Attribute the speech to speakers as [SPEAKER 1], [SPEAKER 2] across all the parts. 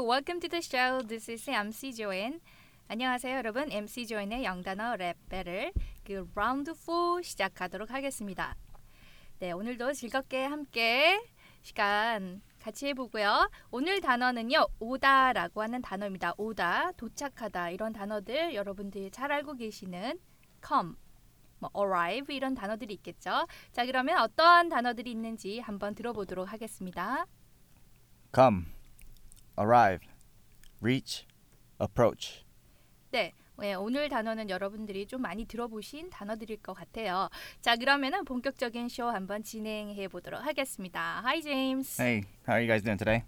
[SPEAKER 1] Welcome to the show. This is MC Joanne. 안녕하세요, 여러분. MC Joanne의 영단어 랩 배틀 그 라운드 4 시작하도록 하겠습니다. 네, 오늘도 즐겁게 함께 시간 같이 해보고요. 오늘 단어는요, 오다라고 하는 단어입니다. 오다, 도착하다 이런 단어들 여러분들이 잘 알고 계시는 come, 뭐 arrive 이런 단어들이 있겠죠. 자, 그러면 어떠한 단어들이 있는지 한번 들어보도록 하겠습니다.
[SPEAKER 2] Come, arrive, reach, approach.
[SPEAKER 1] 네. 예, 오늘 단어는 여러분들이 좀 많이 들어보신 단어들일 것 같아요. 자, 그러면은 본격적인 쇼 한번 진행해 보도록 하겠습니다. Hi, James.
[SPEAKER 2] Hey, how are you guys doing today?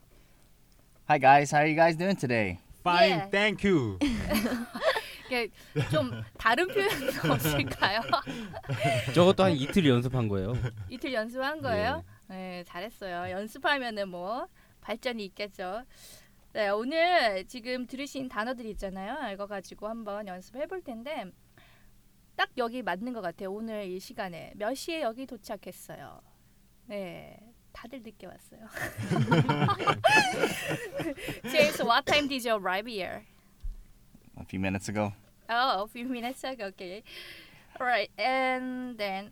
[SPEAKER 2] Hi guys, how are you guys doing today?
[SPEAKER 3] Fine,
[SPEAKER 1] Yeah.
[SPEAKER 3] thank you.
[SPEAKER 1] 이게 좀 다른 표현 없을까요?
[SPEAKER 4] 저것도 한 이틀 연습한 거예요.
[SPEAKER 1] 이틀 연습한 거예요. 네, 잘했어요. 연습하면은 뭐 발전이 있겠죠. 네, 오늘 지금 들으신 단어들 있잖아요. 이거 가지고 한번 연습해 볼 텐데 딱 여기 맞는 것 같아요. 오늘 이 시간에 몇 시에 여기 도착했어요. 네, 다들 늦게 왔어요. James, what time did you arrive here?
[SPEAKER 2] A few minutes ago.
[SPEAKER 1] Oh, a few minutes ago. Okay. Alright, and then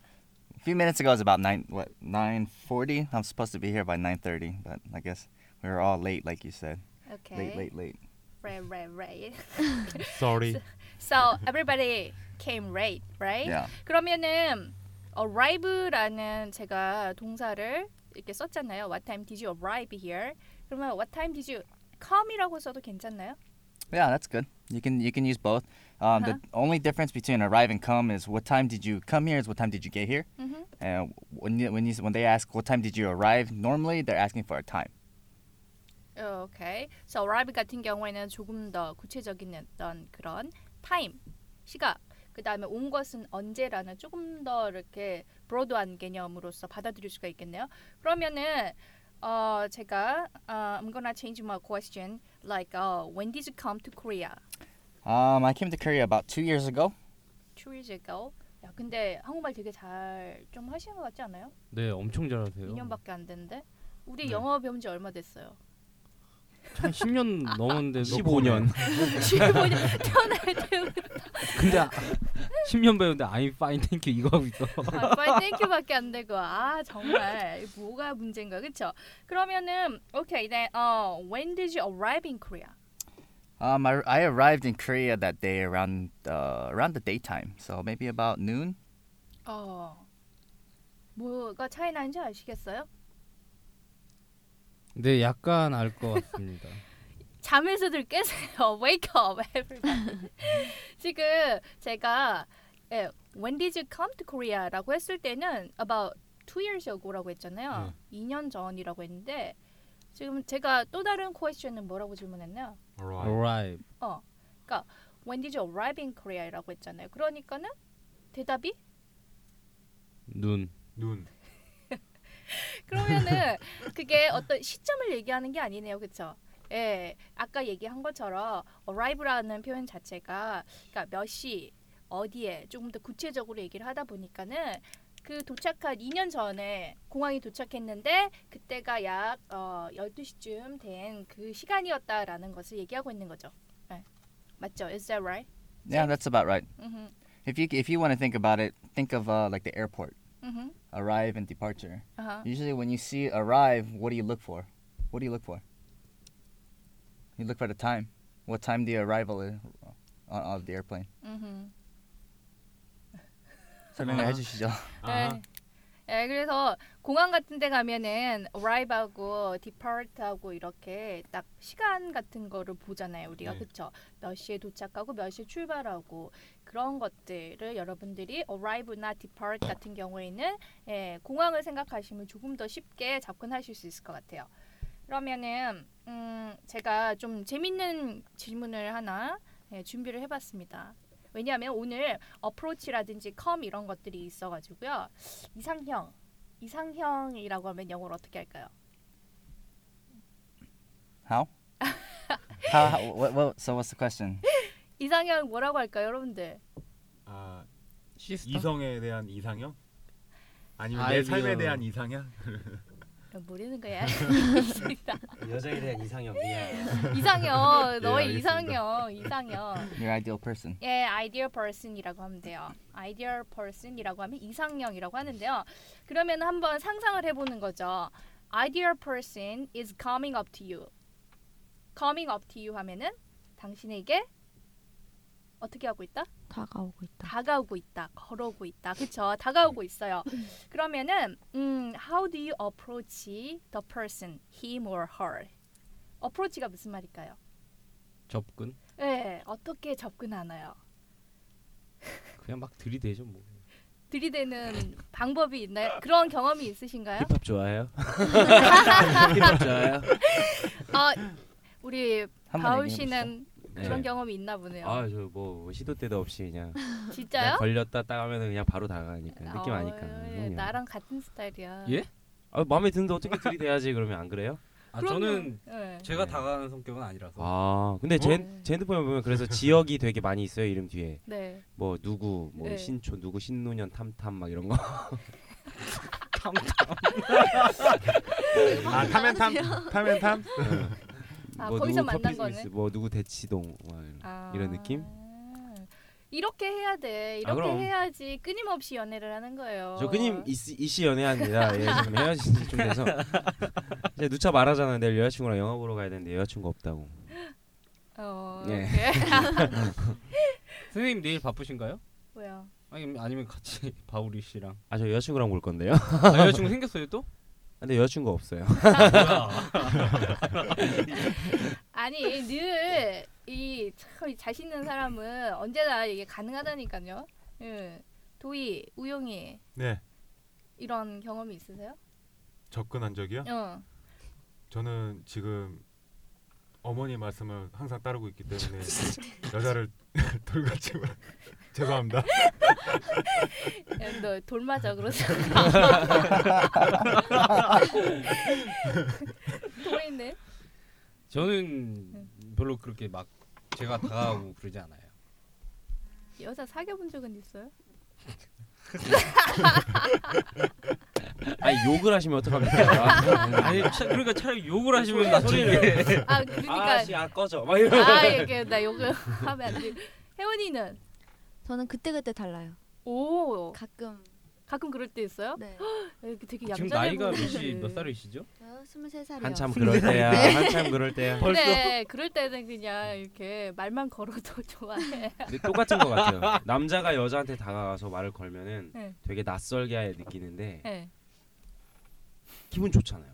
[SPEAKER 2] A few minutes ago is about nine what nine forty. I'm supposed to be here by nine thirty, but I guess we were all late, like you said.
[SPEAKER 1] okay.
[SPEAKER 2] Late, late, late.
[SPEAKER 1] Right, right, right.
[SPEAKER 3] Sorry.
[SPEAKER 1] So everybody came late, right?
[SPEAKER 2] Yeah.
[SPEAKER 1] 그러면은 arrive라는 제가 동사를 이렇게 썼잖아요. What time did you arrive here? 그러면 what time did you come이라고 써도 괜찮나요?
[SPEAKER 2] Yeah, that's good. You can you can use both. Um, The only difference between arrive and come is what time did you come here is what time did you get here.
[SPEAKER 1] Mhm.
[SPEAKER 2] And when you, when you, when they ask what time did you arrive, normally they're asking for a time.
[SPEAKER 1] Okay. So arrive 같은 경우에는 조금 더 구체적인 어떤 그런 time 시각 그 다음에 온 것은 언제라는 조금 더 이렇게 브로드한 개념으로서 받아들일 수가 있겠네요. 그러면은 어 제가 uh, I'm gonna change my question like uh, when did you come to Korea?
[SPEAKER 2] Um, I came to Korea about two years ago.
[SPEAKER 1] Two years ago. 야 근데 한국말 되게 잘 좀 하시는 것 같지 않아요?
[SPEAKER 4] 네, 엄청 잘하세요.
[SPEAKER 1] 2년밖에 안 됐는데 우리
[SPEAKER 4] 네.
[SPEAKER 1] 영어 배운 지 얼마 됐어요?
[SPEAKER 4] 한 10년 넘었는데
[SPEAKER 3] 15년.
[SPEAKER 1] 15년 태어날 때부터
[SPEAKER 4] 근데 아- 10년 배우는데 I'm fine, thank you 이거 하고 있어.
[SPEAKER 1] 아, 빨리 땡큐밖에 안 되고 아 정말 이게 뭐가 문제인 거야 그쵸? 그러면은 오케이 then 어 when did you arrive in Korea?
[SPEAKER 2] Um, I, I arrived in Korea that day around uh, around the daytime, so maybe about noon.
[SPEAKER 1] 어 뭐가 차이 나는지 아시겠어요?
[SPEAKER 4] 네, 약간 알 것 같습니다.
[SPEAKER 1] 잠에서들 깨세요 wake up everybody 지금 제가 예, when did you come to Korea?라고 했을 때는 about two years ago라고 했잖아요 2년 전이라고 했는데 지금 제가 또 다른 퀘스천은 뭐라고 질문했나요?
[SPEAKER 4] 아.
[SPEAKER 3] Alright.
[SPEAKER 4] Alright.
[SPEAKER 1] 어, 그러니까 when did you arrive in Korea라고 했잖아요. 그러니까는 대답이
[SPEAKER 4] 눈.
[SPEAKER 3] 눈.
[SPEAKER 1] 그러면은 그게 어떤 시점을 얘기하는 게 아니네요, 그렇죠? 예, 아까 얘기한 것처럼 arrive라는 표현 자체가 그러니까 몇 시, 어디에 조금 더 구체적으로 얘기를 하다 보니까는 그 도착한 2년 전에 공항에 도착했는데 그때가 약 어, 12시쯤 된 그 시간이었다라는 것을 얘기하고 있는 거죠. 예. 맞죠? Is that right?
[SPEAKER 2] Yeah, that's about right.
[SPEAKER 1] 음,
[SPEAKER 2] If you if you want to think about it, think of uh, like the airport,
[SPEAKER 1] 음,
[SPEAKER 2] arrive and departure.
[SPEAKER 1] 아하.
[SPEAKER 2] Usually, when you see arrive, what do you look for? What do you look for? You look for the time. What time the arrival is uh, of the airplane?
[SPEAKER 1] 음.
[SPEAKER 2] 설명을 해주시죠.
[SPEAKER 3] 아,
[SPEAKER 1] 네. 예, 그래서 공항 같은 데 가면은 arrive하고 depart하고 이렇게 딱 시간 같은 거를 보잖아요, 우리가.
[SPEAKER 3] 네.
[SPEAKER 1] 그쵸? 몇 시에 도착하고 몇 시에 출발하고 그런 것들을 여러분들이 arrive나 depart 같은 경우에는 예, 공항을 생각하시면 조금 더 쉽게 접근하실 수 있을 것 같아요. 그러면은 음, 제가 좀 재밌는 질문을 하나 예, 준비를 해봤습니다. 왜냐하면 오늘 어프로치라든지 컴 이런 것들이 있어가지고요. 이상형, 이상형이라고 하면 영어로 어떻게 할까요?
[SPEAKER 2] How? how? how what, what, so what's the question?
[SPEAKER 1] 이상형 뭐라고 할까요, 여러분들?
[SPEAKER 3] 아,
[SPEAKER 4] 시스터.
[SPEAKER 3] 이성에 대한 이상형? 아니면 내
[SPEAKER 4] 아이디어.
[SPEAKER 3] 삶에 대한 이상형?
[SPEAKER 1] 그럼 모르는 거야. 알겠습니다.
[SPEAKER 5] 여자에 대한 이상형 미안.
[SPEAKER 1] 이상형,
[SPEAKER 3] 예,
[SPEAKER 1] 너의
[SPEAKER 3] 알겠습니다.
[SPEAKER 1] 이상형, 이상형.
[SPEAKER 2] Your ideal person.
[SPEAKER 1] 예, ideal person이라고 하면 돼요. ideal person이라고 하면 이상형이라고 하는데요. 그러면 한번 상상을 해보는 거죠. ideal person is coming up to you. coming up to you 하면은 당신에게 어떻게 하고 있다?
[SPEAKER 6] 다가오고 있다.
[SPEAKER 1] 다가오고 있다, 걸어오고 있다, 그쵸? 다가오고 있어요. 그러면은 음, how do you approach the person, him or her? approach가 무슨 말일까요?
[SPEAKER 4] 접근
[SPEAKER 1] 네, 어떻게 접근하나요?
[SPEAKER 4] 그냥 막 들이대죠 뭐.
[SPEAKER 1] 들이대는 방법이 있나요? 그런 경험이 있으신가요?
[SPEAKER 5] 힙합 좋아해요?
[SPEAKER 1] 어,
[SPEAKER 5] 좋아요.
[SPEAKER 1] 우리
[SPEAKER 2] 한번
[SPEAKER 1] 바울
[SPEAKER 2] 얘기해
[SPEAKER 1] 씨는 그런 경험이 있나 보네요.
[SPEAKER 5] 아저 뭐 시도 때도 없이 그냥, 그냥
[SPEAKER 1] 진짜요?
[SPEAKER 5] 걸렸다 딱 하면 그냥 바로 다가가니까 느낌
[SPEAKER 1] 어,
[SPEAKER 5] 아니까.
[SPEAKER 1] 예,
[SPEAKER 5] 그럼요.
[SPEAKER 1] 나랑 같은 스타일이야.
[SPEAKER 4] 예?
[SPEAKER 5] 아, 마음에 드는데 어떻게 들이대야지 그러면 안 그래요?
[SPEAKER 4] 아
[SPEAKER 1] 그럼요.
[SPEAKER 4] 저는
[SPEAKER 1] 예.
[SPEAKER 4] 제가
[SPEAKER 5] 네.
[SPEAKER 4] 다가가는 성격은 아니라서.
[SPEAKER 5] 아 근데 제, 제 핸드폰에 보면 그래서 지역이 되게 많이 있어요 이름 뒤에
[SPEAKER 1] 네.
[SPEAKER 5] 뭐 누구 뭐
[SPEAKER 1] 네.
[SPEAKER 5] 신촌 누구 신노년 탐탐 막 이런 거
[SPEAKER 3] 아 타면 탐 타면 탐.
[SPEAKER 1] 아,
[SPEAKER 5] 뭐
[SPEAKER 1] 거기서
[SPEAKER 5] 누구
[SPEAKER 1] 만난 거네.
[SPEAKER 5] 커피스미스 뭐 누구 대치동 막 이런
[SPEAKER 1] 아.
[SPEAKER 5] 이런 느낌?
[SPEAKER 1] 이렇게 해야 돼.
[SPEAKER 5] 아,
[SPEAKER 1] 이렇게
[SPEAKER 5] 그럼.
[SPEAKER 1] 해야지 끊임없이 연애를 하는 거예요.
[SPEAKER 5] 저 끊임 이씨, 이씨 연애합니다. 예, 지금 헤어진 지 좀 돼서 이제 누차 말하잖아요. 내일 여자친구랑 영화 보러 가야 되는데 여자친구 없다고.
[SPEAKER 1] 어,
[SPEAKER 5] 예.
[SPEAKER 1] 네.
[SPEAKER 4] 아. 선생님 내일 바쁘신가요?
[SPEAKER 1] 뭐야?
[SPEAKER 4] 아니면 아니면 같이 바우리 씨랑
[SPEAKER 5] 아 저 여자친구랑 볼 건데요.
[SPEAKER 4] 아, 여자친구 생겼어요 또?
[SPEAKER 5] 근데 여자친구 없어요.
[SPEAKER 1] 아니 늘이참 자신 있는 사람은 언제나 이게 가능하다니까요. 예. 도희, 우영이
[SPEAKER 3] 네
[SPEAKER 1] 이런 경험이 있으세요?
[SPEAKER 3] 접근한 적이요?
[SPEAKER 1] 어.
[SPEAKER 3] 저는 지금 어머니 말씀을 항상 따르고 있기 때문에 여자를 돌같이 말- 죄송합니다.
[SPEAKER 1] 야, 너 돌맞아 그러지? 도희는?
[SPEAKER 4] 저는 별로 그렇게 막 제가 다가가고 그러지 않아요.
[SPEAKER 1] 여자 사귀어본 적은 있어요?
[SPEAKER 5] 아니 욕을 하시면
[SPEAKER 1] 그러니까.
[SPEAKER 5] 어떡합니까?
[SPEAKER 4] 아니 차, 그러니까 차라리 욕을 하시면 나 소리를
[SPEAKER 1] 아 그러니까
[SPEAKER 5] 아씨 아 꺼져. 막 이런.
[SPEAKER 1] 아 이게 나 욕을 하면 안 돼. 혜원이는
[SPEAKER 6] 저는 그때 그때 달라요.
[SPEAKER 1] 오
[SPEAKER 6] 가끔
[SPEAKER 1] 가끔 그럴 때 있어요?
[SPEAKER 6] 네.
[SPEAKER 1] 에, 되게
[SPEAKER 4] 지금
[SPEAKER 1] 그 얌전해
[SPEAKER 4] 나이가
[SPEAKER 1] 보이는데. 네.
[SPEAKER 4] 몇이 몇 살이시죠?
[SPEAKER 6] 저요? 23살이요.
[SPEAKER 5] 한참 그럴 때야. 한참 그럴 때야.
[SPEAKER 1] 네. 근데 그럴 때는 그냥 이렇게 말만 걸어도 좋아해.
[SPEAKER 5] 근데 똑같은 것 같아요. 남자가 여자한테 다가가서 말을 걸면은
[SPEAKER 1] 네.
[SPEAKER 5] 되게 낯설게 느끼는데
[SPEAKER 1] 네.
[SPEAKER 5] 기분 좋잖아요.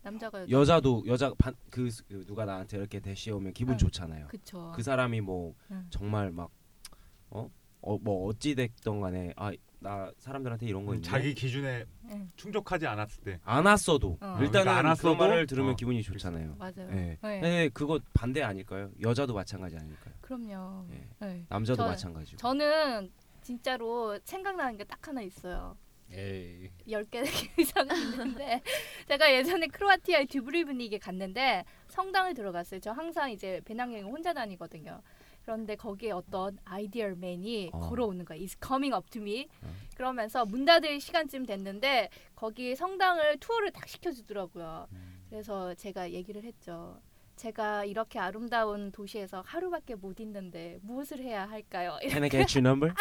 [SPEAKER 1] 남자가 여...
[SPEAKER 5] 여자도 여자 반, 그, 수- 그 누가 나한테 이렇게 대시오면 기분
[SPEAKER 1] 응.
[SPEAKER 5] 좋잖아요.
[SPEAKER 1] 그쵸.
[SPEAKER 5] 그 사람이 뭐
[SPEAKER 1] 응.
[SPEAKER 5] 정말 막어뭐 어찌 됐던 간에 아 나 사람들한테 이런 거 있네.
[SPEAKER 3] 자기 기준에
[SPEAKER 1] 응.
[SPEAKER 3] 충족하지 않았을 때
[SPEAKER 5] 안 왔어도
[SPEAKER 1] 어.
[SPEAKER 5] 일단은
[SPEAKER 3] 그러니까 안
[SPEAKER 5] 안
[SPEAKER 3] 왔어도?
[SPEAKER 5] 그 말을 들으면
[SPEAKER 3] 어.
[SPEAKER 5] 기분이 좋잖아요.
[SPEAKER 1] 맞아요. 네.
[SPEAKER 5] 예. 네, 그거 반대 아닐까요? 여자도 마찬가지 아닐까요?
[SPEAKER 1] 그럼요.
[SPEAKER 5] 예.
[SPEAKER 1] 네.
[SPEAKER 5] 남자도
[SPEAKER 1] 저-
[SPEAKER 5] 마찬가지고.
[SPEAKER 1] 저는 진짜로 생각나는 게 딱 하나 있어요.
[SPEAKER 4] 에이.
[SPEAKER 1] 10개 이상 있는데 제가 예전에 크로아티아의 듀브리브닉에 갔는데 성당을 들어갔어요. 저 항상 이제 배낭여행 혼자 다니거든요. 그런데 거기에 어떤 아이디얼 맨이
[SPEAKER 5] 어.
[SPEAKER 1] 걸어오는 거예요. Is coming up to me.
[SPEAKER 5] 어.
[SPEAKER 1] 그러면서 문 닫을 시간쯤 됐는데 거기 성당을 투어를 딱 시켜주더라고요.
[SPEAKER 5] 음.
[SPEAKER 1] 그래서 제가 얘기를 했죠. 제가 이렇게 아름다운 도시에서 하루밖에 못 있는데 무엇을 해야 할까요?
[SPEAKER 5] Can I get your number?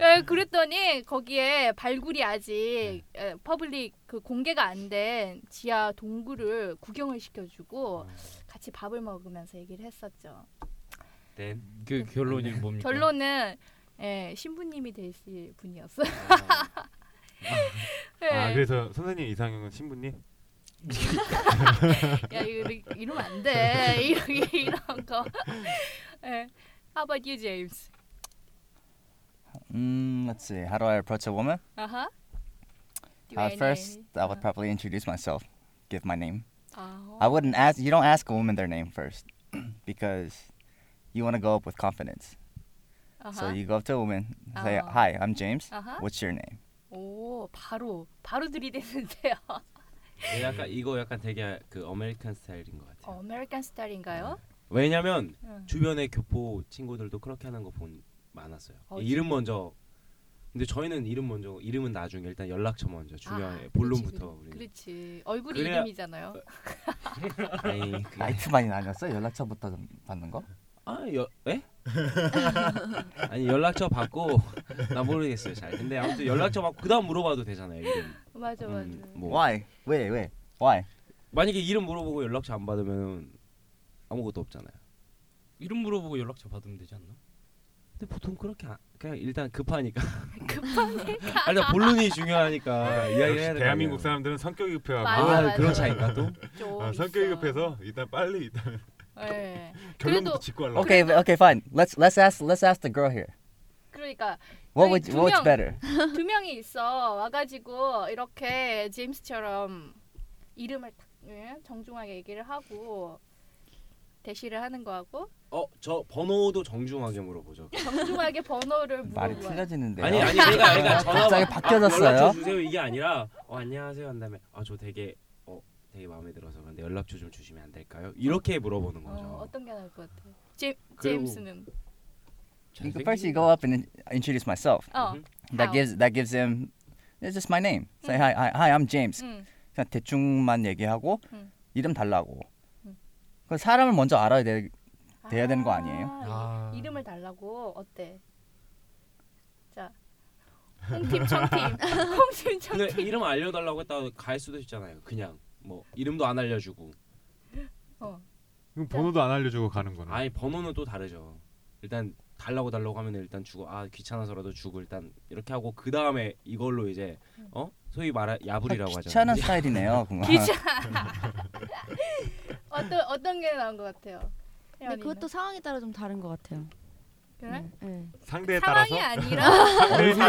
[SPEAKER 1] 예, 그랬더니 거기에 발굴이 아직
[SPEAKER 3] 네.
[SPEAKER 1] 예, 퍼블릭 그 공개가 안 된 지하 동굴을 구경을
[SPEAKER 3] 어. 아,
[SPEAKER 1] 시켜주고 같이 밥을 먹으면서 얘기를 했었죠.
[SPEAKER 3] 네.
[SPEAKER 5] Then.
[SPEAKER 4] 그 결론이
[SPEAKER 3] 그러니까.
[SPEAKER 4] 뭡니까?
[SPEAKER 1] 결론은 예, 신부님이 되실 분이었어요. 예.
[SPEAKER 3] 아 그래서 선생님 이상형은 신부님?
[SPEAKER 1] 야 이거 이렇게 이러면 안 돼. 이런 이런 거. 예. How about you, James?
[SPEAKER 2] Mm, let's see. How do I approach a woman?
[SPEAKER 1] 아하. Do
[SPEAKER 2] Uh,
[SPEAKER 1] any-
[SPEAKER 2] first, I
[SPEAKER 1] 아,
[SPEAKER 2] would probably introduce myself, give my name.
[SPEAKER 1] 아,
[SPEAKER 2] I wouldn't ask. You don't ask a woman their name first, because you want to go up with confidence.
[SPEAKER 1] 아하.
[SPEAKER 2] So you go up to a woman, say,
[SPEAKER 1] Uh-huh.
[SPEAKER 2] "Hi, I'm James.
[SPEAKER 1] 아하.
[SPEAKER 2] What's your name?"
[SPEAKER 1] 오, 바로 바로 들이대는데요.
[SPEAKER 5] 네, 약간 이거 약간 되게 그 아메리칸 스타일인 것 같아요. 네,
[SPEAKER 1] 어, 아메리칸 스타일인가요?
[SPEAKER 5] 왜냐면
[SPEAKER 1] 응.
[SPEAKER 5] 주변에 교포 친구들도 그렇게 하는 거 본 많았어요.
[SPEAKER 1] 어,
[SPEAKER 5] 이름 먼저 근데 저희는 이름 먼저 이름은 나중에 일단 연락처 먼저 중요해
[SPEAKER 1] 아,
[SPEAKER 5] 본론부터
[SPEAKER 1] 그렇지,
[SPEAKER 5] 우리 어,
[SPEAKER 1] 그렇지. 얼굴이
[SPEAKER 5] 그래야-
[SPEAKER 1] 이름이잖아요.
[SPEAKER 5] 아니 그게-
[SPEAKER 2] 나이트만이 아니었어? 연락처부터 좀 받는 거?
[SPEAKER 5] 아 여, 에? 아니 연락처 받고 나 모르겠어요 잘 근데 아무튼 연락처 받고 그 다음 물어봐도 되잖아요 이름
[SPEAKER 1] 네, 맞아 맞아.
[SPEAKER 5] 음, 뭐
[SPEAKER 2] Why? 왜 왜? Why?
[SPEAKER 5] 만약에 이름 물어보고 연락처 안 받으면 아무것도 없잖아요
[SPEAKER 4] 이름 물어보고 연락처 받으면 되지 않나?
[SPEAKER 5] 근데 보통 그렇게 안- 그냥 일단 급하니까
[SPEAKER 1] 급하네.
[SPEAKER 5] 아, 일단 본론이 중요하니까 이야기를 해야
[SPEAKER 3] 역시
[SPEAKER 5] 돼
[SPEAKER 3] 대한민국 사람들은 성격이 급해요.
[SPEAKER 5] 아
[SPEAKER 1] 맞아, 맞아.
[SPEAKER 5] 그런 차이가 또
[SPEAKER 1] 좀
[SPEAKER 3] 아, 성격이 급해서 일단 빨리 일단
[SPEAKER 1] 있어. 예.
[SPEAKER 3] 결론부터
[SPEAKER 1] 그래도-
[SPEAKER 3] 짓고 하려고.
[SPEAKER 2] Okay, okay, fine. Let's let's ask let's ask the girl here.
[SPEAKER 1] 그러니까 아니,
[SPEAKER 2] What would
[SPEAKER 1] 두
[SPEAKER 2] what's
[SPEAKER 1] 명.
[SPEAKER 2] better?
[SPEAKER 1] 두 명이 있어 와가지고 이렇게 제임스처럼 이름을 딱 예, 정중하게 얘기를 하고 대시를 하는 거하고
[SPEAKER 5] 어저 번호도 정중하게 물어보죠
[SPEAKER 1] 정중하게 번호를
[SPEAKER 2] 말이
[SPEAKER 1] 물어봐요.
[SPEAKER 2] 틀려지는데.
[SPEAKER 5] 아니 아니 내가 내가 전화
[SPEAKER 2] 네. 갑자기 바뀌어졌어요.
[SPEAKER 5] 아, 연락처 주세요 이게 아니라 어, 안녕하세요 한다음에 아 저 되게 어 되게 마음에 들어서 그런데 연락처 좀 주시면 안 될까요? 이렇게 물어보는 거죠.
[SPEAKER 1] 어, 어떤 게 나을 것 같아? 제,
[SPEAKER 5] 그리고-
[SPEAKER 1] 제임스는
[SPEAKER 2] You
[SPEAKER 4] 그러니까
[SPEAKER 2] can- First, you go up and in- introduce myself.
[SPEAKER 1] 어,
[SPEAKER 5] 음.
[SPEAKER 1] How?
[SPEAKER 2] That
[SPEAKER 1] Mm.
[SPEAKER 2] gives that gives him. It's just my name. Say hi, hi, hi. I'm James.
[SPEAKER 1] 응,
[SPEAKER 2] 그냥 대충만 얘기하고
[SPEAKER 1] Mm. 음.
[SPEAKER 2] 이름 달라고.
[SPEAKER 1] 음.
[SPEAKER 2] 그 사람을 먼저 알아야 돼. 돼야 되는 거
[SPEAKER 1] 아,
[SPEAKER 2] 아니에요?
[SPEAKER 1] 이-
[SPEAKER 4] 아.
[SPEAKER 1] 이름을 달라고 어때? 자, 홍팀 청팀, 홍팀
[SPEAKER 5] 근데
[SPEAKER 1] 청팀.
[SPEAKER 5] 이름 알려달라고 했다가 갈 수도 있잖아요. 그냥 뭐 이름도 안 알려주고
[SPEAKER 1] 어,
[SPEAKER 3] 그럼 번호도 안 알려주고 가는 거는.
[SPEAKER 5] 아예 번호는 또 다르죠. 일단 달라고 달라고 하면 일단 주고 아 귀찮아서라도 주고 일단 이렇게 하고 그 다음에 이걸로 이제 어 소위 말하 야불이라고 하죠.
[SPEAKER 2] 아, 그 귀찮은 스타일이네요. 그거.
[SPEAKER 1] 귀찮아. 어떤 어떤 게 나은 것 같아요?
[SPEAKER 6] 근데 네, 그것도 상황에 따라 좀 다른 것 같아요.
[SPEAKER 1] 네. 그래?
[SPEAKER 6] 네, 네.
[SPEAKER 3] 상대에 따라서
[SPEAKER 1] 상황이 아니라
[SPEAKER 4] 얼굴에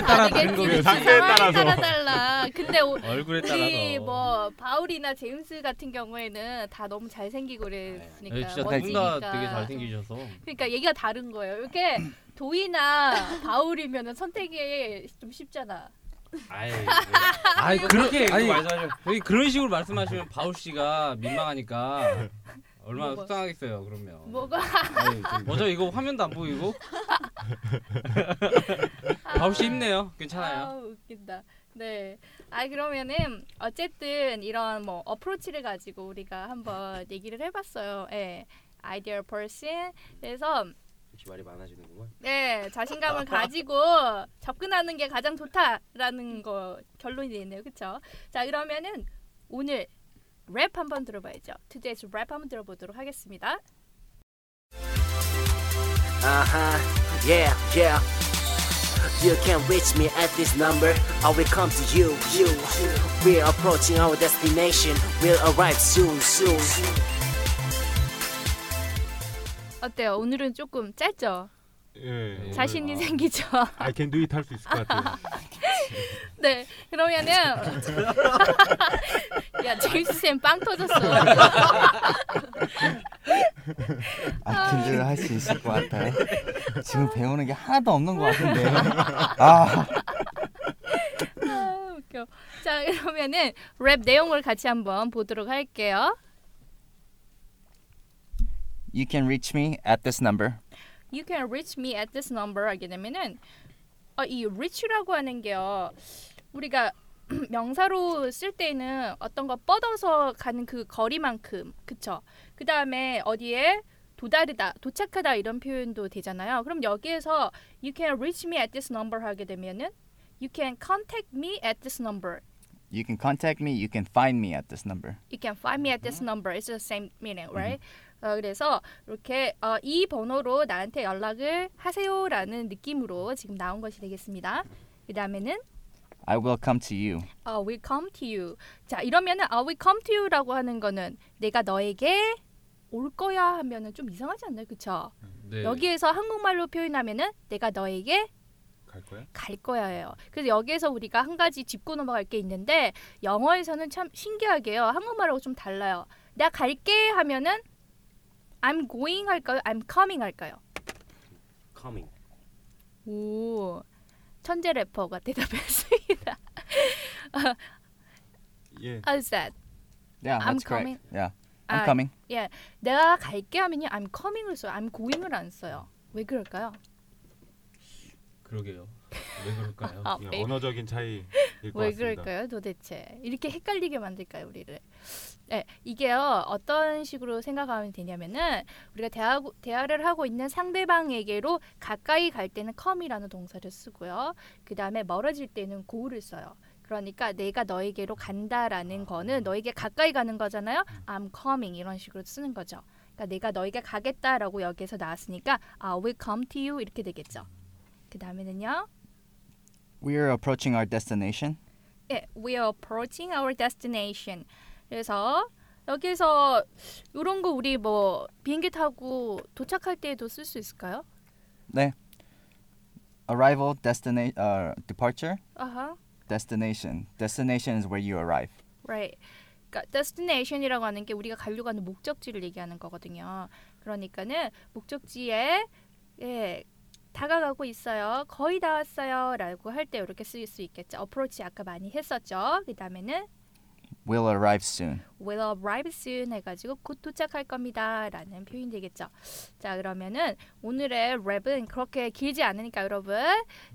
[SPEAKER 4] 따라 다른
[SPEAKER 1] 다르겠지. 그
[SPEAKER 4] 거예요.
[SPEAKER 3] 상태에
[SPEAKER 1] 상황에 따라
[SPEAKER 3] 따라서.
[SPEAKER 1] 달라. 근데 오-
[SPEAKER 4] 얼굴에
[SPEAKER 1] 우리 뭐 바울이나 제임스 같은 경우에는 다 너무 잘생기고
[SPEAKER 4] 네,
[SPEAKER 1] 그랬으니까 뭐
[SPEAKER 4] 진짜
[SPEAKER 1] 멋지니까.
[SPEAKER 4] 뭔가 되게 잘생기셔서
[SPEAKER 1] 그러니까 얘기가 다른 거예요. 이렇게 도이나 바울이면은 선택이 좀 쉽잖아.
[SPEAKER 5] 아예
[SPEAKER 4] 아니 그렇게
[SPEAKER 5] 아니
[SPEAKER 4] 아니
[SPEAKER 5] 말하자면
[SPEAKER 4] 여기 그런 식으로 말씀하시면 바울 씨가 민망하니까 얼마나
[SPEAKER 1] 뭐가?
[SPEAKER 4] 속상하겠어요 그러면
[SPEAKER 1] 뭐가
[SPEAKER 5] 아니, 좀
[SPEAKER 4] 먼저 이거 화면도 안 보이고 바울 씨 힘내요 괜찮아요
[SPEAKER 1] 아, 웃긴다. 네. 아 그러면은 어쨌든 이런 뭐 어프로치를 가지고 우리가 한번 얘기를 해봤어요. 예. 아이디어 person. 그래서
[SPEAKER 5] 이렇게 말이 많아지는구만.
[SPEAKER 1] 네 자신감을 가지고 접근하는 게 가장 좋다라는 거 결론이 있네요, 그렇죠? 자 그러면은 오늘 랩 한번 들어봐야죠. Today's rap 한번 들어보도록 하겠습니다.
[SPEAKER 7] Uh huh. Yeah, yeah. You can reach me at this number. I will come to you. You. We're approaching our destination. We'll arrive soon. Soon.
[SPEAKER 1] 어때요? 오늘은 조금 짧죠?
[SPEAKER 3] 예, 오늘
[SPEAKER 1] 자신이
[SPEAKER 4] 아.
[SPEAKER 1] 생기죠?
[SPEAKER 3] I can do it 할 수 있을 것 같아요.
[SPEAKER 1] 네 그러면은 야 제임스 쌤빵 터졌어.
[SPEAKER 2] 아, 근데 할수 있을 것 같아요. 지금 배우는 게 하나도 없는 것 같은데. 아,
[SPEAKER 1] 아, 웃겨. 자, 그러면은 랩 내용을 같이 한번 보도록 할게요.
[SPEAKER 2] you can reach me at this number.
[SPEAKER 1] You can reach me at this number 하게 되면은 어, 이 reach라고 하는 게요. 우리가 명사로 쓸 때는 어떤 거 뻗어서 가는 그 거리만큼 그쵸 그다음에 어디에 도달이다 도착하다 이런 표현도 되잖아요 그럼 여기에서 you can reach me at this number 하게 되면은 you can contact me at this number
[SPEAKER 2] You can contact me. You can find me at this number.
[SPEAKER 1] you can find me at this number. It's the same meaning, right? 어, 그래서 이렇게 어, 이 번호로 나한테 연락을 하세요라는 느낌으로 지금 나온 것이 되겠습니다. 그 다음에는
[SPEAKER 2] I will come to you.
[SPEAKER 1] I will come to you. 자 이러면은 I will come to you라고 하는 거는 내가 너에게 올 거야 하면은 좀 이상하지 않나요, 그렇죠?
[SPEAKER 4] 네.
[SPEAKER 1] 여기에서 한국말로 표현하면은 내가 너에게
[SPEAKER 3] 갈 거야?
[SPEAKER 1] 갈 거야예요. 그래서 여기에서 우리가 한 가지 짚고 넘어갈 게 있는데 영어에서는 참 신기하게요. 한국말하고 좀 달라요. 나 갈게 하면은 I'm going 할까요? I'm coming 할까요?
[SPEAKER 5] coming.
[SPEAKER 1] 오 천재 래퍼가 대답했습니다.
[SPEAKER 3] 예.
[SPEAKER 1] How's that?
[SPEAKER 2] Yeah,
[SPEAKER 1] I'm
[SPEAKER 2] 아, that's correct.
[SPEAKER 1] coming.
[SPEAKER 2] Yeah, I'm
[SPEAKER 1] 아,
[SPEAKER 2] coming.
[SPEAKER 1] 내가 갈게 하면요 I'm coming을 써요. I'm going을 안 써요. 왜 그럴까요?
[SPEAKER 4] 그러게요 왜 그럴까요?
[SPEAKER 1] 아,
[SPEAKER 3] 예,
[SPEAKER 1] 왜,
[SPEAKER 3] 언어적인 차이일 것
[SPEAKER 1] 왜
[SPEAKER 3] 같습니다.
[SPEAKER 1] 그럴까요 도대체 이렇게 헷갈리게 만들까요 우리를 네, 이게요 어떤 식으로 생각하면 되냐면은 우리가 대화, 대화를 하고 있는 상대방에게로 가까이 갈 때는 come이라는 동사를 쓰고요 그 다음에 멀어질 때는 go를 써요 그러니까 내가 너에게로
[SPEAKER 3] 아.
[SPEAKER 1] 간다라는 거는 너에게 가까이 가는 거잖아요
[SPEAKER 3] 음.
[SPEAKER 1] I'm coming 이런 식으로 쓰는 거죠 그러니까 내가 너에게 가겠다라고 여기에서 나왔으니까 I will come to you 이렇게 되겠죠 그 다음에는요
[SPEAKER 2] We are approaching our destination.
[SPEAKER 1] 예, we are approaching our destination. 그래서 여기서 이런 거 우리 뭐 비행기 타고 도착할 때에도 쓸 수 있을까요?
[SPEAKER 2] 네. Arrival, destination, uh, departure,
[SPEAKER 1] 아하,
[SPEAKER 2] destination. Destination is where you arrive.
[SPEAKER 1] right. 그러니까 destination이라고 하는 게 우리가 가려고 하는 목적지를 얘기하는 거거든요. 그러니까는 목적지에 예 다가가고 있어요. 거의 다 왔어요라고 할 때 이렇게 쓰일 수 있겠죠. approach 아까 많이 했었죠. 그다음에는
[SPEAKER 2] Will arrive soon.
[SPEAKER 1] will arrive soon 해가지고 곧 도착할 겁니다라는 표현 되겠죠. 자 그러면은 오늘의 랩은 그렇게 길지 않으니까 여러분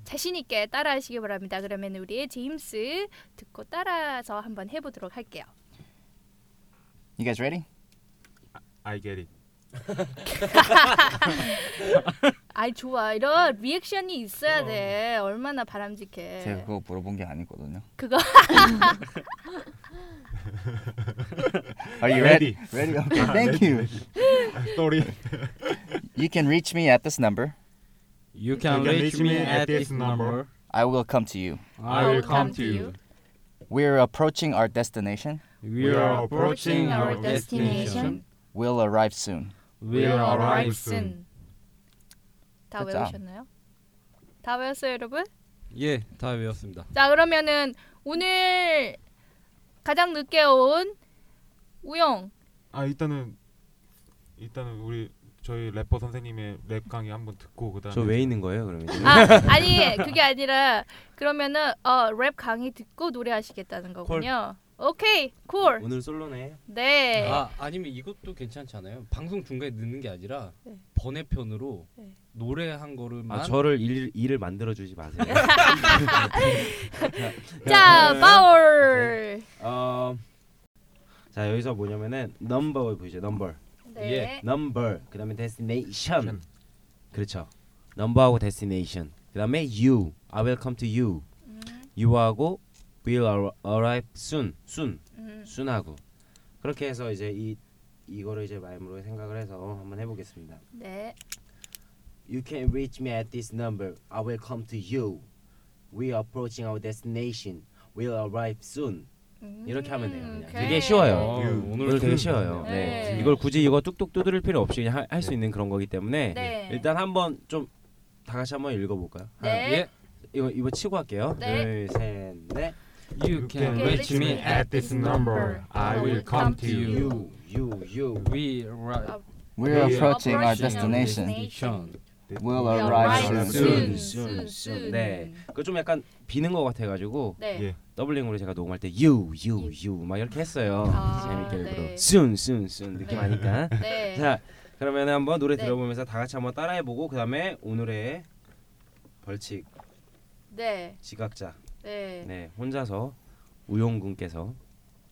[SPEAKER 1] 자신 있게 따라하시기 바랍니다. 그러면 우리 제임스 듣고 따라서 한번 해보도록 할게요.
[SPEAKER 2] You guys ready?
[SPEAKER 3] I get it.
[SPEAKER 1] 아이 좋아 이런 리액션이 있어야 돼. 얼마나 바람직해.
[SPEAKER 2] 제가 그거 물어본 게 아니거든요.
[SPEAKER 1] 그거
[SPEAKER 2] Are you ready? Ready. Okay.
[SPEAKER 3] 아,
[SPEAKER 2] Thank you.
[SPEAKER 3] Sorry.
[SPEAKER 2] You can reach me at this number.
[SPEAKER 4] You can reach me at this number.
[SPEAKER 2] I will come to you.
[SPEAKER 4] I will come to you.
[SPEAKER 2] We are approaching our destination.
[SPEAKER 4] We are approaching our destination.
[SPEAKER 2] Will arrive soon.
[SPEAKER 4] We'll arrive soon.
[SPEAKER 1] 다
[SPEAKER 2] 됐죠?
[SPEAKER 1] 외우셨나요? 다 외웠어요 여러분?
[SPEAKER 4] 예, 다 외웠습니다.
[SPEAKER 1] 자 그러면은 오늘 가장 늦게 온 우영
[SPEAKER 3] 아 일단은 일단은 우리 저희 래퍼 선생님의 랩 강의 한번 듣고 그다음에
[SPEAKER 5] 저 왜 있는 거예요 그러면?
[SPEAKER 1] 아 아니 그게 아니라 그러면은 어 랩 강의 듣고 노래하시겠다는 거군요. 오케이 콜.
[SPEAKER 5] 아, 오늘 솔로네.
[SPEAKER 1] 네.
[SPEAKER 4] 아 아니면 이것도 괜찮지 않아요? 방송 중간에 넣는 게 아니라
[SPEAKER 1] 네.
[SPEAKER 4] 번외편으로
[SPEAKER 1] 네.
[SPEAKER 4] 노래 한 거를만
[SPEAKER 5] 아 저를 일 일을 만들어 주지 마세요. 네.
[SPEAKER 1] 자 바울.
[SPEAKER 5] 어, 자 여기서 뭐냐면은 넘버를 보이죠 예. 넘버
[SPEAKER 1] 네.
[SPEAKER 5] 넘버 그다음에 데스티네이션 그렇죠 넘버하고 데스티네이션 그다음에 you I will come to you you하고 will ar- arrive soon soon
[SPEAKER 1] 음,
[SPEAKER 5] soon하고 그렇게 해서 이제 이 이거를 이제 마음으로 생각을 해서 한번 해보겠습니다
[SPEAKER 1] 네.
[SPEAKER 5] You can reach me at this number. I will come to you. We are approaching our destination. We'll arrive soon.
[SPEAKER 1] 음,
[SPEAKER 5] 이렇게 하면 돼요. 그냥.
[SPEAKER 1] 오케이.
[SPEAKER 5] 되게 쉬워요.
[SPEAKER 4] 어,
[SPEAKER 5] 오늘 되게
[SPEAKER 4] 좀-
[SPEAKER 5] 쉬워요.
[SPEAKER 1] 네.
[SPEAKER 5] 네.
[SPEAKER 1] 네.
[SPEAKER 5] 이걸 굳이 이거 뚝뚝 두드릴 필요 없이 그냥 할 수 있는 그런 거기 때문에
[SPEAKER 1] 네.
[SPEAKER 5] 일단 한번 좀 다 같이 한번 읽어볼까요? 하나,
[SPEAKER 1] 네.
[SPEAKER 4] 예.
[SPEAKER 5] 이거 이거 치고 할게요.
[SPEAKER 1] 네.
[SPEAKER 5] 둘, 셋, 넷.
[SPEAKER 4] You can reach me at this number. I will come to you.
[SPEAKER 5] You, you, you.
[SPEAKER 1] 음.
[SPEAKER 4] We are
[SPEAKER 2] We
[SPEAKER 3] We
[SPEAKER 2] are
[SPEAKER 3] are
[SPEAKER 1] approaching
[SPEAKER 2] approaching our
[SPEAKER 1] our
[SPEAKER 2] destination. Will
[SPEAKER 1] We
[SPEAKER 2] arrive
[SPEAKER 1] 음.
[SPEAKER 2] soon.
[SPEAKER 1] soon, soon, soon.
[SPEAKER 5] 음. 네. 그 좀 약간 비는 것 같아가지고
[SPEAKER 1] 음. 네.
[SPEAKER 3] 예.
[SPEAKER 5] 더블링으로 제가 녹음할 때 you, you, you 막 이렇게 했어요.
[SPEAKER 1] 아,
[SPEAKER 5] 재밌게
[SPEAKER 1] 네.
[SPEAKER 5] 일부러 soon, soon, soon 느낌
[SPEAKER 1] 네.
[SPEAKER 5] 아니까.
[SPEAKER 1] 네.
[SPEAKER 5] 자 그러면 한번 노래
[SPEAKER 1] 네.
[SPEAKER 5] 들어보면서 다 같이 한번 따라해보고 그 다음에 오늘의 벌칙
[SPEAKER 1] 네.
[SPEAKER 5] 지각자
[SPEAKER 1] 네.
[SPEAKER 5] 네 혼자서 우용군께서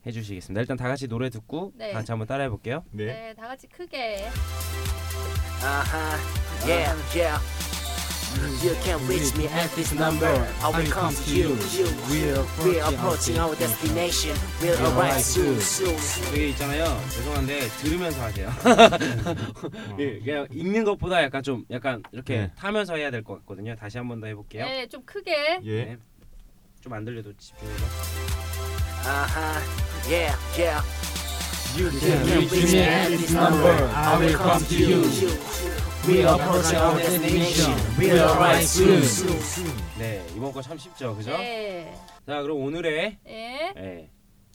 [SPEAKER 5] 해주시겠습니다 일단 다 같이 노래 듣고
[SPEAKER 1] 네.
[SPEAKER 5] 다 같이 한번 따라해볼게요
[SPEAKER 3] 네.
[SPEAKER 1] 네, 다 같이 크게.
[SPEAKER 7] Uh huh. Yeah, yeah. You can reach me at this number. I will come to you. We're approaching our destination. We'll arrive soon, soon.
[SPEAKER 5] 이게 있잖아요 죄송한데 들으면서 하세요
[SPEAKER 3] 어.
[SPEAKER 7] 아.
[SPEAKER 5] 예, 그냥 읽는 것보다 약간 좀 약간 이렇게
[SPEAKER 3] 네.
[SPEAKER 5] 타면서 해야 될 것 같거든요 다시 한번 더 해볼게요
[SPEAKER 1] 네, 좀 크게.
[SPEAKER 3] 예.
[SPEAKER 5] 네. 좀 안 들려도 집중해서
[SPEAKER 7] Uh huh. Yeah, yeah.
[SPEAKER 5] You
[SPEAKER 7] You
[SPEAKER 5] can
[SPEAKER 7] can reach me at this number. I will come to you. We're approaching our destination. We'll arrive soon, soon.
[SPEAKER 5] 네 이번 거 참 쉽죠 그죠?
[SPEAKER 1] 네.
[SPEAKER 5] 자 그럼 오늘의
[SPEAKER 1] 예.
[SPEAKER 5] 예,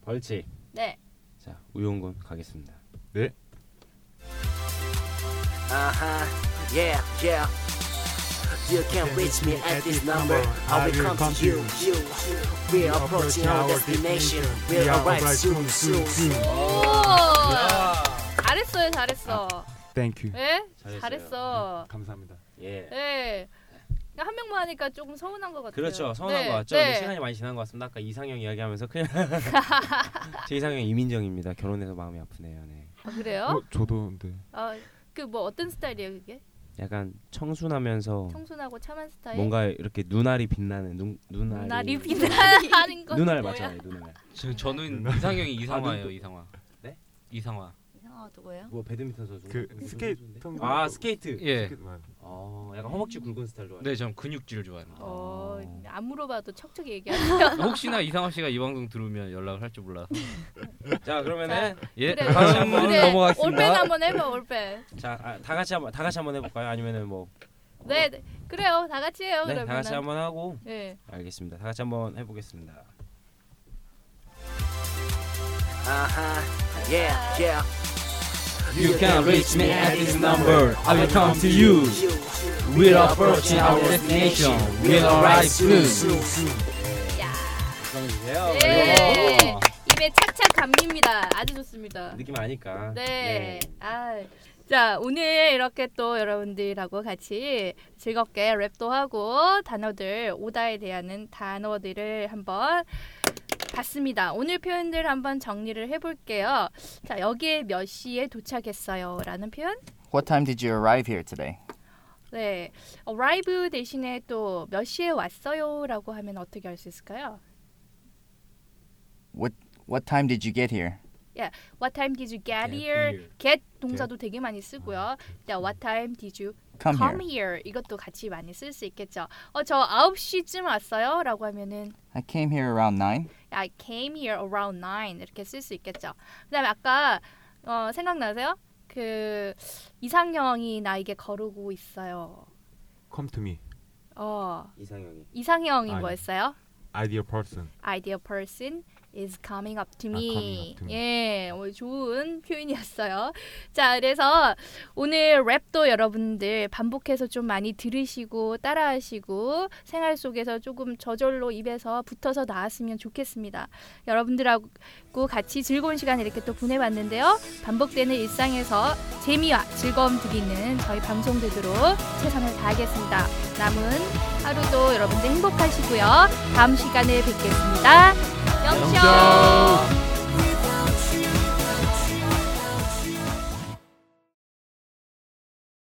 [SPEAKER 5] 벌칙
[SPEAKER 1] 네.
[SPEAKER 5] 자 우용군 가겠습니다.
[SPEAKER 7] Uh huh. Yeah, yeah. You can reach me at this number. I will come to you. We're approaching our destination. We'll arrive soon, soon, soon.
[SPEAKER 5] 아.
[SPEAKER 1] 오! 잘했어요, 잘했어.
[SPEAKER 3] Thank you.
[SPEAKER 1] 예?
[SPEAKER 5] 잘했어요.
[SPEAKER 1] 잘했어.
[SPEAKER 3] 감사합니다.
[SPEAKER 5] 예.
[SPEAKER 1] 예. 그러니까 한 명만 하니까 조금 서운한 것 같아요.
[SPEAKER 5] 그렇죠. 서운한
[SPEAKER 1] 네,
[SPEAKER 5] 것 같죠.
[SPEAKER 1] 네.
[SPEAKER 5] 근데 시간이 많이 지난 것 같습니다. 아까 이상형 이야기하면서 그냥 제 이상형 이민정입니다. 결혼해서 마음이 아프네요. 네.
[SPEAKER 1] 아, 그래요?
[SPEAKER 3] 어, 저도 근데
[SPEAKER 1] 아, 그 뭐 어떤 스타일이에요, 그게?
[SPEAKER 5] 약간 청순하면서
[SPEAKER 1] 청순하고 참한 스타일?
[SPEAKER 5] 뭔가 이렇게 눈알이 빛나는 눈 눈알이
[SPEAKER 1] 나 리빈하는 거.
[SPEAKER 5] 눈알 맞잖아요. 눈알.
[SPEAKER 4] 저, 저는 이상형이 이상화예요.
[SPEAKER 5] 눈-
[SPEAKER 4] 이상화.
[SPEAKER 5] 네?
[SPEAKER 4] 이상화.
[SPEAKER 1] 이상하 누구예요?
[SPEAKER 5] 뭐 배드민턴 선수.
[SPEAKER 3] 그
[SPEAKER 5] 선수
[SPEAKER 3] 스케이트
[SPEAKER 5] 선수인데?
[SPEAKER 3] 타는 거.
[SPEAKER 5] 아 스케이트.
[SPEAKER 7] 네.
[SPEAKER 4] 예.
[SPEAKER 5] 어 약간 허벅지 굵은 스타일 좋아해요.
[SPEAKER 4] 네, 저는 근육질 좋아합니다.
[SPEAKER 1] 어,
[SPEAKER 5] 어.
[SPEAKER 1] 안 물어봐도 척척 얘기하네요.
[SPEAKER 4] 혹시나 이상화 씨가 이 방송 들으면 연락을 할 줄 몰라서.
[SPEAKER 5] 자 그러면은
[SPEAKER 1] 네.
[SPEAKER 4] 예.
[SPEAKER 1] 그래,
[SPEAKER 4] 다시 한번
[SPEAKER 1] 그래. 올백
[SPEAKER 4] 넘어가겠습니다.
[SPEAKER 1] 한번 해봐, 올백.
[SPEAKER 5] 자다 같이 한번 다 같이 한번 해볼까요? 아니면은 뭐
[SPEAKER 1] 네, 네. 그래요. 다 같이 해요.
[SPEAKER 5] 네, 다
[SPEAKER 1] 그러면.
[SPEAKER 5] 같이 한번 하고
[SPEAKER 1] 네.
[SPEAKER 5] 알겠습니다. 다 같이 한번 해보겠습니다.
[SPEAKER 7] Uh huh. Yeah, yeah.
[SPEAKER 5] You can reach me at this number. I will come to you.
[SPEAKER 7] We're
[SPEAKER 5] approaching our destination.
[SPEAKER 7] We'll arrive soon.
[SPEAKER 1] 야,
[SPEAKER 5] 감사합니다.
[SPEAKER 1] 예. 입에 착착 감깁니다. 아주 좋습니다.
[SPEAKER 5] 느낌 아니까.
[SPEAKER 1] 네. 아, 자 오늘 이렇게 또 여러분들하고 같이 즐겁게 랩도 하고 단어들 오다에 대한 단어들을 한번 봤습니다. 오늘 표현들 한번 정리를 해볼게요. 자 여기에 몇 시에 도착했어요라는 표현.
[SPEAKER 2] What time did you arrive here today?
[SPEAKER 1] 네. arrive 대신에 또 몇 시에 왔어요라고 하면 어떻게 할 수 있을까요?
[SPEAKER 2] What What time did you get here?
[SPEAKER 1] What time did you get
[SPEAKER 5] Get
[SPEAKER 1] here?
[SPEAKER 5] here.
[SPEAKER 1] get 동사도 되게 많이 쓰고요. 자, what time did you
[SPEAKER 2] Come,
[SPEAKER 1] come
[SPEAKER 2] here.
[SPEAKER 1] here 이것도 같이 많이 쓸 수 있겠죠. 어 저 9시쯤 왔어요라고 하면은
[SPEAKER 2] I came here around 9.
[SPEAKER 1] I came here around 9 이렇게 쓸 수 있겠죠. 그다음에 아까 어 생각나세요? 그 이상형이 나에게 거르고 있어요.
[SPEAKER 3] Come to me,
[SPEAKER 1] 어
[SPEAKER 5] 이상형이.
[SPEAKER 1] 이상형이
[SPEAKER 3] 아니.
[SPEAKER 1] 뭐였어요?
[SPEAKER 3] ideal person.
[SPEAKER 1] ideal person is coming up to
[SPEAKER 3] 아, coming
[SPEAKER 1] me.
[SPEAKER 3] up to me.
[SPEAKER 1] 예, 어, 좋은 표현이었어요. 자, 그래서 오늘 랩도 여러분들 반복해서 좀 많이 들으시고 따라하시고 생활 속에서 조금 저절로 입에서 붙어서 나왔으면 좋겠습니다. 여러분들하고 같이 즐거운 시간 이렇게 또 보내봤는데요. 반복되는 일상에서 재미와 즐거움 드리는 저희 방송 되도록 최선을 다하겠습니다. 남은 하루도 여러분들 행복하시고요. 다음 시간에 뵙겠습니다. 영쇼!